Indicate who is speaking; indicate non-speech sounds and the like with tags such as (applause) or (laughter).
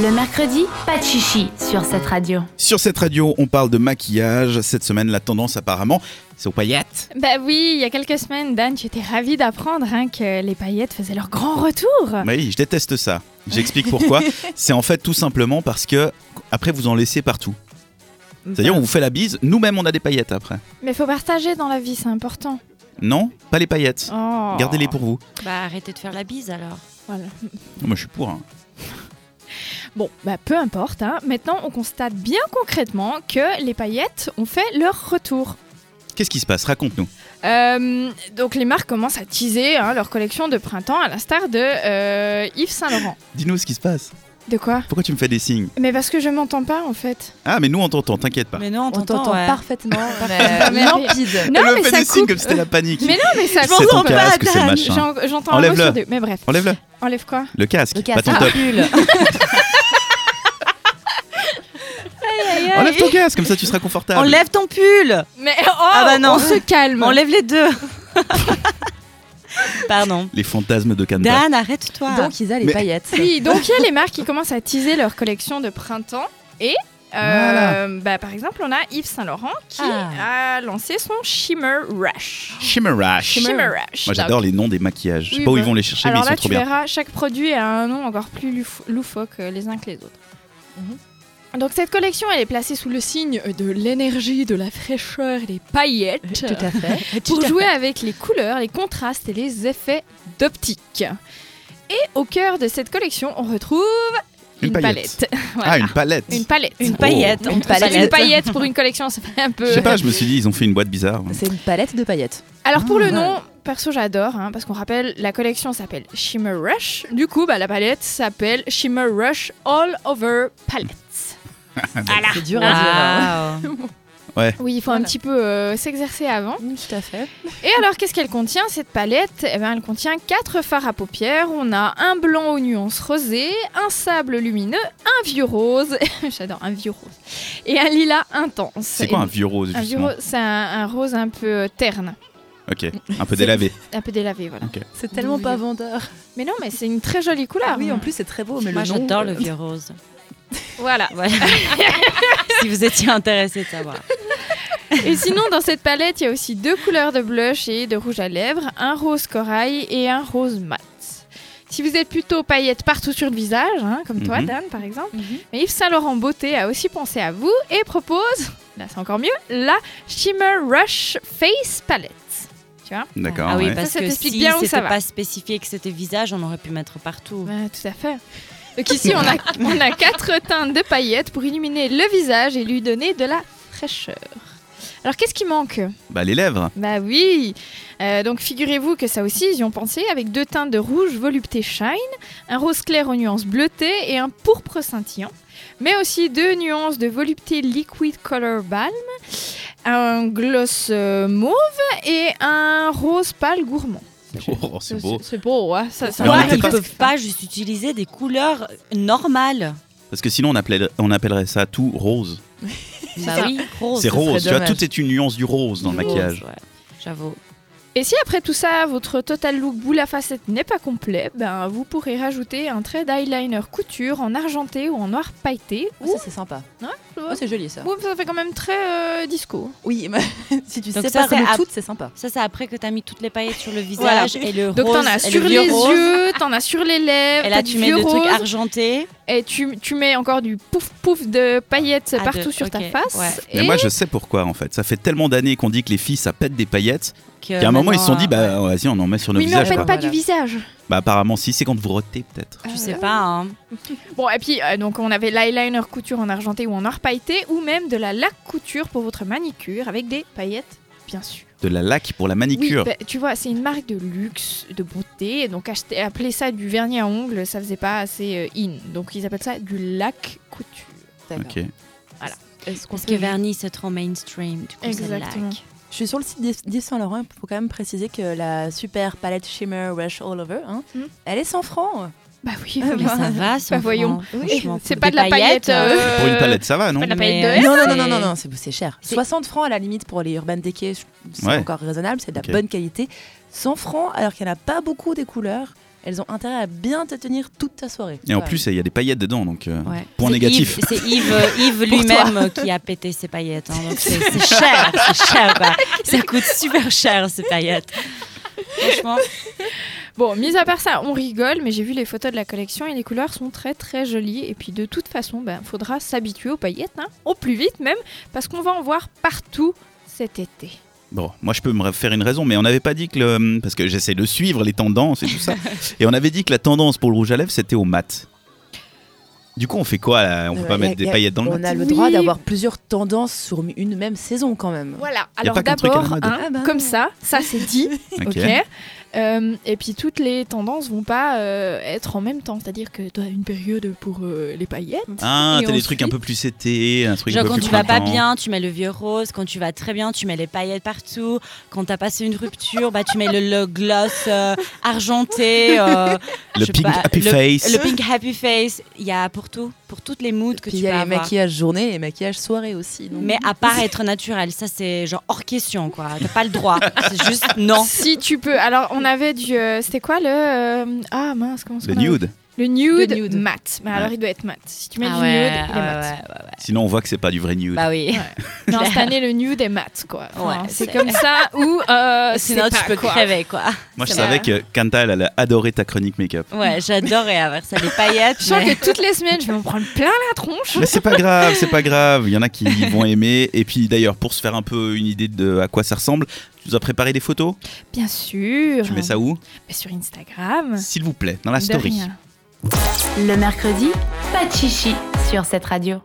Speaker 1: Le mercredi, pas de chichi sur cette radio.
Speaker 2: Sur cette radio, on parle de maquillage. Cette semaine, la tendance apparemment, c'est aux paillettes.
Speaker 3: Bah oui, il y a quelques semaines, Dan, tu étais ravie d'apprendre hein, que les paillettes faisaient leur grand retour.
Speaker 2: Oui, je déteste ça. J'explique pourquoi.
Speaker 3: (laughs)
Speaker 2: c'est en fait tout simplement parce que après vous en laissez partout.
Speaker 3: Bah.
Speaker 2: C'est-à-dire on vous fait la bise, nous-mêmes on a des paillettes après.
Speaker 3: Mais faut partager dans la vie, c'est important.
Speaker 2: Non, pas les paillettes.
Speaker 3: Oh.
Speaker 2: Gardez-les pour vous.
Speaker 4: Bah arrêtez de faire la bise alors.
Speaker 3: Voilà.
Speaker 2: Non, moi je suis pour. hein.
Speaker 3: Bon, bah peu importe. hein. Maintenant, on constate bien concrètement que les paillettes ont fait leur retour.
Speaker 2: Qu'est-ce qui se passe Raconte-nous.
Speaker 3: Euh, donc les marques commencent à teaser hein, leur collection de printemps, à l'instar de euh, Yves Saint Laurent.
Speaker 2: Dis-nous ce qui se passe.
Speaker 3: De quoi
Speaker 2: Pourquoi tu me fais des signes
Speaker 3: Mais parce que je m'entends pas en fait.
Speaker 2: Ah, mais nous on t'entend, t'inquiète pas.
Speaker 4: Mais non,
Speaker 5: Bah. On t'entend
Speaker 4: ouais. euh,
Speaker 5: parfaitement,
Speaker 3: (laughs) mais-
Speaker 5: mais limpide.
Speaker 3: Non,
Speaker 2: Elle me
Speaker 3: mais
Speaker 2: fait
Speaker 3: ça
Speaker 2: des signes
Speaker 3: coupe.
Speaker 2: comme si c'était la panique.
Speaker 3: Mais non, mais ça
Speaker 2: C'est ton casque, c'est le machin.
Speaker 3: J'en- J'entends un mot
Speaker 2: hein. Enlève-le.
Speaker 3: sur deux. Mais bref,
Speaker 2: Enlève-le.
Speaker 3: enlève quoi
Speaker 2: Le casque,
Speaker 5: Le
Speaker 2: pas
Speaker 5: casque.
Speaker 4: Ah,
Speaker 2: ton
Speaker 3: Ah,
Speaker 2: top. Enlève ton casque, comme ça tu seras confortable.
Speaker 4: Enlève ton pull
Speaker 3: Mais oh,
Speaker 4: Ah bah non.
Speaker 3: on se calme.
Speaker 4: Enlève les
Speaker 5: (laughs)
Speaker 4: deux Pardon.
Speaker 2: Les fantasmes de Canva.
Speaker 4: Dan, arrête-toi
Speaker 5: Donc ils a les
Speaker 2: Mais-
Speaker 5: paillettes.
Speaker 3: Oui, donc il y a les marques qui commencent à teaser leur collection de printemps. Et euh, bah, par exemple, on a Yves Saint Laurent qui a lancé son Shimmer Rush.
Speaker 2: Shimmer Rash.
Speaker 3: Ah. Shimmer Rush.
Speaker 2: Moi j'adore les noms des maquillages. Je sais
Speaker 3: Oui,
Speaker 2: pas où
Speaker 3: bah.
Speaker 2: ils vont les chercher,
Speaker 3: Alors
Speaker 2: mais ils
Speaker 3: là,
Speaker 2: sont trop
Speaker 3: tu
Speaker 2: bien.
Speaker 3: verras, chaque produit a un nom encore plus louf- loufoque euh, les uns que les autres. Mhm. Donc cette collection, elle est placée sous le signe de l'énergie, de la fraîcheur et des paillettes.
Speaker 5: Tout à fait. (laughs)
Speaker 3: pour jouer avec les couleurs, les contrastes et les effets d'optique. Et au cœur de cette collection, on retrouve
Speaker 2: Une
Speaker 3: une,
Speaker 2: paillette.
Speaker 3: palette. (laughs) Voilà.
Speaker 2: Ah, une palette.
Speaker 3: une palette.
Speaker 4: Une
Speaker 2: Oh.
Speaker 4: paillette.
Speaker 5: Une
Speaker 4: en plus.
Speaker 5: palette.
Speaker 3: Une paillette pour une collection, ça fait un peu.
Speaker 2: Je sais pas, je me suis dit, ils ont fait une boîte bizarre.
Speaker 5: C'est une palette de paillettes.
Speaker 3: Alors pour
Speaker 2: Ah,
Speaker 3: le
Speaker 2: ouais.
Speaker 3: nom, perso j'adore, hein, parce qu'on rappelle, la collection s'appelle Shimmer Rush. Du coup, bah, la palette s'appelle Shimmer Rush All Over Palette. Voilà.
Speaker 5: C'est dur à dire. hein.
Speaker 4: Ah, ouais.
Speaker 3: Oui, il faut un
Speaker 5: Voilà.
Speaker 3: petit peu euh, s'exercer avant.
Speaker 5: Mm, Tout à fait.
Speaker 3: Et alors, qu'est-ce qu'elle contient cette palette eh ben, Elle contient quatre fards à paupières. On a un blanc aux nuances rosées, un sable lumineux, un vieux rose. (laughs) J'adore, un vieux rose. Et un lilas intense.
Speaker 2: C'est quoi
Speaker 3: Et
Speaker 2: un vieux rose,
Speaker 3: un vieux
Speaker 2: justement
Speaker 3: rose C'est un, un rose un peu euh, terne,
Speaker 2: Ok, un peu délavé.
Speaker 3: un peu délavé, voilà.
Speaker 5: C'est tellement pas vendeur. Ah
Speaker 3: Mais non, mais c'est une très jolie couleur.
Speaker 5: oui, en plus c'est très beau. Mais
Speaker 4: Moi
Speaker 5: le nom,
Speaker 4: j'adore le
Speaker 5: euh, (laughs)
Speaker 4: vieux rose.
Speaker 3: Voilà.
Speaker 4: Voilà. (laughs) si vous étiez intéressé de savoir.
Speaker 3: Et sinon, dans cette palette, il y a aussi deux couleurs de blush et de rouge à lèvres, un rose corail et un rose mat. Si vous êtes plutôt paillettes partout sur le visage, hein, comme toi,
Speaker 2: Mhm.
Speaker 3: Dan, par exemple,
Speaker 4: Mhm.
Speaker 3: mais Yves Saint Laurent Beauté a aussi pensé à vous et propose, là c'est encore mieux, la Shimmer Rush Face Palette. Tu vois
Speaker 2: D'accord.
Speaker 4: Ah oui,
Speaker 2: ouais.
Speaker 4: parce
Speaker 3: Ça, ça
Speaker 4: que si
Speaker 3: t'explique bien où ça
Speaker 4: c'était
Speaker 3: va.
Speaker 4: pas spécifié que c'était visage, on aurait pu mettre partout.
Speaker 3: Ouais, Euh, Tout à fait. Donc ici, on (laughs) a, on a quatre teintes de paillettes pour illuminer le visage et lui donner de la fraîcheur. Alors qu'est-ce qui manque
Speaker 2: Bah, les lèvres.
Speaker 3: Bah oui Euh, Donc figurez-vous que ça aussi, ils y ont pensé, avec deux teintes de rouge volupté shine, un rose clair aux nuances bleutées et un pourpre scintillant, mais aussi deux nuances de volupté liquid color balm, un gloss euh, mauve et un rose pâle gourmand.
Speaker 2: Oh, c'est beau.
Speaker 3: C'est beau, ouais. Ça, ça
Speaker 2: Mais on
Speaker 4: Pourquoi
Speaker 2: était
Speaker 4: ils
Speaker 2: pas-
Speaker 4: peuvent pas juste utiliser des couleurs normales
Speaker 2: Parce que sinon, on, appelait- on appellerait ça tout rose.
Speaker 5: Bah oui.
Speaker 4: rose.
Speaker 2: c'est
Speaker 5: ce serait
Speaker 2: rose, tu vois,
Speaker 5: dommage.
Speaker 2: tout est une nuance du rose dans le
Speaker 4: Rose,
Speaker 2: maquillage.
Speaker 4: ouais, J'avoue.
Speaker 3: Et si après tout ça, votre total look boule à facettes n'est pas complet, ben vous pourrez rajouter un trait d'eyeliner couture en argenté ou en noir pailleté.
Speaker 5: Oh, ça c'est sympa.
Speaker 3: Ouais, je vois.
Speaker 5: Oh, c'est joli ça.
Speaker 3: Ouh, ça fait quand même très euh, disco.
Speaker 5: Oui, (laughs) mais si tu
Speaker 4: Donc
Speaker 5: sais
Speaker 4: ça,
Speaker 5: pas
Speaker 4: c'est
Speaker 5: comme
Speaker 4: à-
Speaker 5: toutes, c'est sympa.
Speaker 4: Ça, c'est après que t'as mis toutes les paillettes sur le visage et le
Speaker 3: Donc
Speaker 4: rose.
Speaker 3: t'en as
Speaker 4: et le
Speaker 3: sur les
Speaker 4: vieux rose.
Speaker 3: yeux, t'en as sur les lèvres,
Speaker 4: Et là,
Speaker 3: t'as
Speaker 4: tu
Speaker 3: du
Speaker 4: mets
Speaker 3: vieux
Speaker 4: des trucs
Speaker 3: rose,
Speaker 4: argentés.
Speaker 3: et tu, tu mets encore du pouf pouf de paillettes
Speaker 4: Ah,
Speaker 3: partout
Speaker 4: de-
Speaker 3: sur
Speaker 4: ok,
Speaker 3: ta face.
Speaker 4: ouais.
Speaker 2: Mais
Speaker 3: Et
Speaker 2: moi, je sais pourquoi, en fait. Ça fait tellement d'années qu'on dit que les filles, ça pète des paillettes.
Speaker 4: Euh,
Speaker 2: qu'à un moment, ils se sont dit, bah, vas-y, on en met sur nos
Speaker 3: oui, mais on
Speaker 2: visages.
Speaker 3: pète
Speaker 2: quoi.
Speaker 3: pas
Speaker 5: Voilà.
Speaker 3: du visage.
Speaker 2: Bah, apparemment, si, c'est quand vous rotez, peut-être.
Speaker 4: Tu sais pas, hein.
Speaker 3: Bon, et puis, euh, donc, on avait l'eyeliner couture en argenté ou en or pailleté, ou même de la laque couture pour votre manicure avec des paillettes, bien sûr.
Speaker 2: De la laque pour la
Speaker 3: Oui,
Speaker 2: manicure.
Speaker 3: bah, tu vois, c'est une marque de luxe, de beauté. Donc, acheter, appeler ça du vernis à ongles, ça faisait pas assez euh, in. Donc, ils appellent ça du lac couture.
Speaker 5: D'accord.
Speaker 2: Ok.
Speaker 5: Est-ce qu'on
Speaker 4: Parce
Speaker 5: peut-
Speaker 4: que vernis, c'est trop mainstream. Du coup, c'est lac.
Speaker 3: Exactement.
Speaker 5: Je suis sur le site d'Yves- d'Yves Saint Laurent. Il faut quand même préciser que la super palette Shimmer Rush All Over, hein,
Speaker 3: Mm.
Speaker 5: elle est 100 francs.
Speaker 3: Bah oui,
Speaker 4: Mais
Speaker 3: (laughs)
Speaker 4: ça va, c'est
Speaker 3: Bah, voyons.
Speaker 4: franchement,
Speaker 3: c'est
Speaker 4: pour
Speaker 3: pas
Speaker 4: des
Speaker 3: de la paillette.
Speaker 4: paillettes, euh,
Speaker 3: euh,
Speaker 2: Pour une palette, ça va, non
Speaker 3: pas de la paillette
Speaker 4: Mais,
Speaker 3: de
Speaker 4: euh,
Speaker 3: haie.
Speaker 5: Non, non,
Speaker 4: c'est-
Speaker 5: non, non, non, non, c'est c'est cher.
Speaker 4: C'est-
Speaker 5: 60 francs à la limite pour les Urban Decay, je- c'est
Speaker 2: Ouais.
Speaker 5: encore raisonnable, c'est de la
Speaker 2: Ok.
Speaker 5: bonne qualité. 100 francs alors qu'il n'y en a pas beaucoup des couleurs. elles ont intérêt à bien te tenir toute ta soirée.
Speaker 2: Et en
Speaker 5: Ouais.
Speaker 2: plus, il y a des paillettes dedans, donc euh,
Speaker 4: Ouais.
Speaker 2: point
Speaker 4: C'est
Speaker 2: négatif.
Speaker 4: Yves- C'est
Speaker 2: (laughs)
Speaker 4: Yves, euh, Yves lui-même euh, qui a pété ses paillettes. hein, donc c'est c'est cher, c'est cher. quoi. Ça coûte super cher ces paillettes. Franchement,
Speaker 3: Bon, mis à part ça, on rigole, mais j'ai vu les photos de la collection et les couleurs sont très très jolies. Et puis de toute façon, ben, faudra s'habituer aux paillettes, hein, au plus vite même, parce qu'on va en voir partout cet été.
Speaker 2: Bon, moi je peux me faire une raison, mais on n'avait pas dit que le. hum, Parce que j'essaie de suivre les tendances et tout
Speaker 4: (laughs)
Speaker 2: ça. et on avait dit que la tendance pour le rouge à lèvres, c'était au mat. Du coup, on fait quoi là On peut
Speaker 5: Euh,
Speaker 2: pas
Speaker 5: y a-
Speaker 2: mettre
Speaker 5: y
Speaker 2: des
Speaker 5: a-
Speaker 2: paillettes dans le mat
Speaker 5: On a le
Speaker 3: Oui.
Speaker 5: droit d'avoir plusieurs tendances sur une même saison quand même.
Speaker 3: Voilà,
Speaker 2: Y a
Speaker 3: alors
Speaker 2: pas qu'un truc à la
Speaker 3: d'abord,
Speaker 2: mode.
Speaker 3: hein,
Speaker 5: Ah bah
Speaker 3: comme
Speaker 5: non.
Speaker 3: ça, ça c'est dit,
Speaker 2: (laughs)
Speaker 3: ok.
Speaker 2: Ok.
Speaker 3: Euh, et puis toutes les tendances vont pas euh, être en même temps, c'est-à-dire que tu as une période pour euh, les paillettes.
Speaker 2: Ah, t'as
Speaker 3: Et
Speaker 2: des
Speaker 3: ensuite-
Speaker 2: trucs un peu plus été, un truc
Speaker 4: genre
Speaker 2: un peu
Speaker 4: quand
Speaker 2: plus
Speaker 4: tu vas pas
Speaker 2: printemps.
Speaker 4: bien, tu mets le vieux rose. Quand tu vas très bien, tu mets les paillettes partout. Quand t'as passé une rupture, bah tu mets le, le gloss euh, argenté. euh,
Speaker 2: Le
Speaker 4: je sais
Speaker 2: pink
Speaker 4: pas,
Speaker 2: happy
Speaker 4: le-
Speaker 2: face.
Speaker 4: Le pink happy face. Il y a pour tout, pour toutes les moods que
Speaker 5: Puis il
Speaker 4: tu
Speaker 5: y
Speaker 4: peux
Speaker 5: a les
Speaker 4: avoir.
Speaker 5: maquillages journée et les maquillages soirée aussi. donc-
Speaker 4: Mais à part être naturel, ça c'est genre hors question quoi. T'as pas le
Speaker 5: (laughs)
Speaker 4: droit. C'est juste non.
Speaker 3: Si tu peux. Alors on avait du, euh, c'était quoi le, euh, ah mince
Speaker 2: Le
Speaker 3: comment s'appelle
Speaker 2: nude.
Speaker 3: Le nude,
Speaker 5: Le nude.
Speaker 3: mat. Mais alors
Speaker 2: Ouais.
Speaker 3: il doit être mat. Si tu mets
Speaker 4: Ah
Speaker 3: du
Speaker 4: ouais,
Speaker 3: nude, il est
Speaker 4: ouais,
Speaker 3: mat.
Speaker 4: ouais, ouais, ouais.
Speaker 2: Sinon, on voit que c'est pas du vrai nude.
Speaker 4: Bah oui.
Speaker 3: Non, cette année, le nude est mat, quoi. Enfin,
Speaker 4: Ouais,
Speaker 3: c'est
Speaker 4: c'est-
Speaker 3: comme ça ou
Speaker 4: (laughs)
Speaker 3: euh,
Speaker 4: Sinon,
Speaker 3: c'est
Speaker 4: tu
Speaker 3: pas,
Speaker 4: peux
Speaker 3: quoi.
Speaker 4: crever, Oh, quoi.
Speaker 2: Moi, je
Speaker 3: c'est
Speaker 2: savais que Kanta, elle, elle a adoré ta chronique make-up.
Speaker 4: Ouais, j'adorais avoir ça, les paillettes.
Speaker 3: Je sens
Speaker 4: mais-
Speaker 3: que toutes les semaines, je vais me prendre plein la tronche.
Speaker 2: Mais c'est pas grave, c'est pas grave. Il y en a qui vont aimer. Et puis d'ailleurs, pour se faire un peu une idée de à quoi ça ressemble, tu nous as préparé des photos.
Speaker 3: Bien sûr.
Speaker 2: Tu mets ça où
Speaker 3: Mais sur Instagram.
Speaker 2: S'il vous plaît, dans la
Speaker 3: Ah. De
Speaker 2: story.
Speaker 3: rien.
Speaker 1: Le mercredi, pas de chichi sur cette radio.